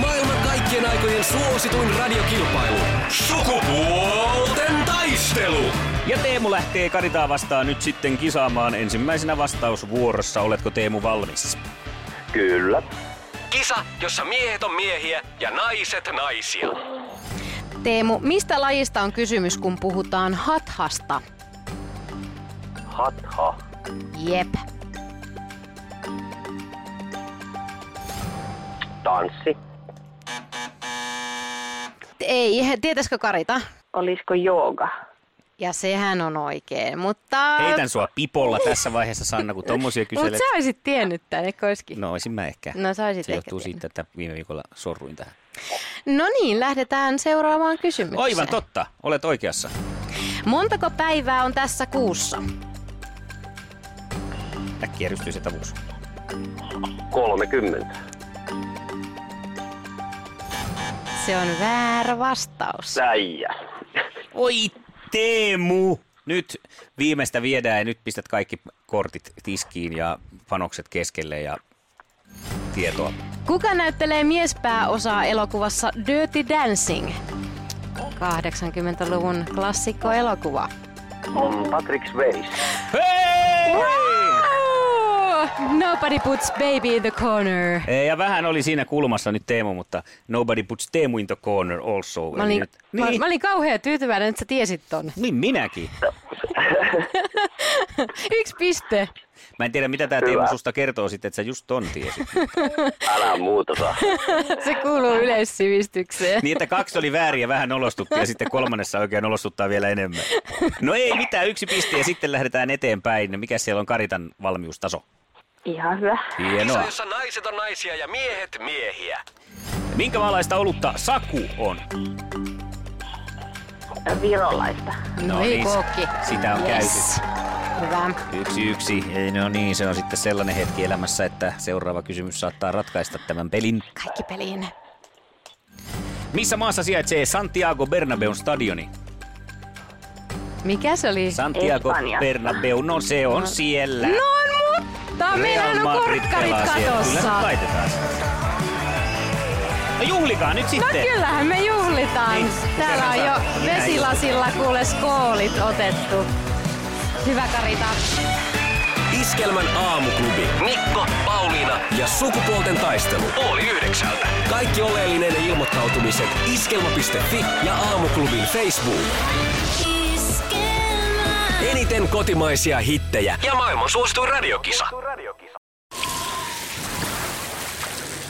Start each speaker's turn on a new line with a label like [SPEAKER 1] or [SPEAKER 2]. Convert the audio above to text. [SPEAKER 1] Maailman kaikkien aikojen suosituin radiokilpailu. Sukupuolten taistelu.
[SPEAKER 2] Ja Teemu lähtee Karitaa vastaan nyt sitten kisaamaan ensimmäisenä vastausvuorossa. Oletko Teemu valmis?
[SPEAKER 3] Kyllä.
[SPEAKER 1] Kisa, jossa miehet on miehiä ja naiset naisia.
[SPEAKER 4] Teemu, mistä lajista on kysymys, kun puhutaan hathasta?
[SPEAKER 3] Hatha.
[SPEAKER 4] Jep.
[SPEAKER 3] Tanssi.
[SPEAKER 4] Ei, he- tietäisikö Karita?
[SPEAKER 5] Olisiko jooga?
[SPEAKER 4] Ja sehän on oikein, mutta...
[SPEAKER 2] Heitän sua pipolla tässä vaiheessa, Sanna, kun tommosia
[SPEAKER 4] Mutta
[SPEAKER 2] kyselet.
[SPEAKER 4] sä olisit tiennyt tän, eikö olisikin?
[SPEAKER 2] No, olisin mä ehkä.
[SPEAKER 4] No, sä olisit
[SPEAKER 2] Se
[SPEAKER 4] ehkä
[SPEAKER 2] johtuu
[SPEAKER 4] tiennyt.
[SPEAKER 2] siitä, että viime viikolla sorruin tähän.
[SPEAKER 4] No niin, lähdetään seuraavaan kysymykseen.
[SPEAKER 2] Oivan totta, olet oikeassa.
[SPEAKER 4] Montako päivää on tässä kuussa?
[SPEAKER 2] Äkkiä rystyy se tavuus.
[SPEAKER 3] 30.
[SPEAKER 4] Se on väärä vastaus.
[SPEAKER 3] Säijä.
[SPEAKER 2] Oi Teemu! Nyt viimeistä viedään ja nyt pistät kaikki kortit tiskiin ja panokset keskelle ja tietoa.
[SPEAKER 4] Kuka näyttelee miespääosaa elokuvassa Dirty Dancing? 80-luvun klassikkoelokuva.
[SPEAKER 3] On Patrick Swayze.
[SPEAKER 2] Hei!
[SPEAKER 4] Oh, Nobody puts baby in the corner.
[SPEAKER 2] Ei, Eh, Ja vähän oli siinä kulmassa nyt Teemu, mutta nobody puts Teemu in the corner also.
[SPEAKER 4] Mä
[SPEAKER 2] Eli
[SPEAKER 4] olin,
[SPEAKER 2] nyt,
[SPEAKER 4] mä,
[SPEAKER 2] niin,
[SPEAKER 4] mä olin kauhean tyytyväinen, että sä tiesit ton.
[SPEAKER 2] niin minäkin.
[SPEAKER 4] Yksi piste.
[SPEAKER 2] Mä en tiedä, mitä tämä Teemu susta kertoo sitten, että sä just ton tiesit.
[SPEAKER 3] Älä muuta saa.
[SPEAKER 4] Se kuuluu yleissivistykseen.
[SPEAKER 2] Niin, että kaksi oli väärin ja vähän olostutti ja sitten kolmannessa oikein olostuttaa vielä enemmän. No ei mitään, yksi piste ja sitten lähdetään eteenpäin. No, Mikä siellä on Karitan valmiustaso?
[SPEAKER 5] Ihan hyvä.
[SPEAKER 2] Hienoa.
[SPEAKER 1] Kisa, jossa naiset on naisia ja miehet miehiä.
[SPEAKER 2] Minkä maalaista olutta Saku on?
[SPEAKER 5] Virolaista.
[SPEAKER 4] No niin, kookki.
[SPEAKER 2] Sitä on
[SPEAKER 4] yes. Hyvä.
[SPEAKER 2] käyty. Yksi yksi. Ei, No niin, se on sitten sellainen hetki elämässä, että seuraava kysymys saattaa ratkaista tämän pelin.
[SPEAKER 4] Kaikki peliin.
[SPEAKER 2] Missä maassa sijaitsee Santiago Bernabeun stadioni?
[SPEAKER 4] Mikä se oli?
[SPEAKER 2] Santiago
[SPEAKER 5] Espanjassa.
[SPEAKER 2] Bernabeu, no se on siellä.
[SPEAKER 4] No on, mutta meillä on no korkkarit
[SPEAKER 2] pelaa siellä. Kyllä,
[SPEAKER 4] katossa.
[SPEAKER 2] laitetaan se. No juhlikaa nyt
[SPEAKER 4] No
[SPEAKER 2] sitten.
[SPEAKER 4] kyllähän me juhlitaan.
[SPEAKER 2] Niin,
[SPEAKER 4] Täällä on
[SPEAKER 2] kerran
[SPEAKER 4] jo
[SPEAKER 2] saa.
[SPEAKER 4] vesilasilla kuule skoolit otettu. Hyvä Karita.
[SPEAKER 1] Iskelmän aamuklubi. Mikko, Pauliina ja sukupuolten taistelu. Oli yhdeksältä. Kaikki oleellinen ilmoittautumiset iskelma.fi ja aamuklubin Facebook. Eniten kotimaisia hittejä ja maailman suosituin radiokisa.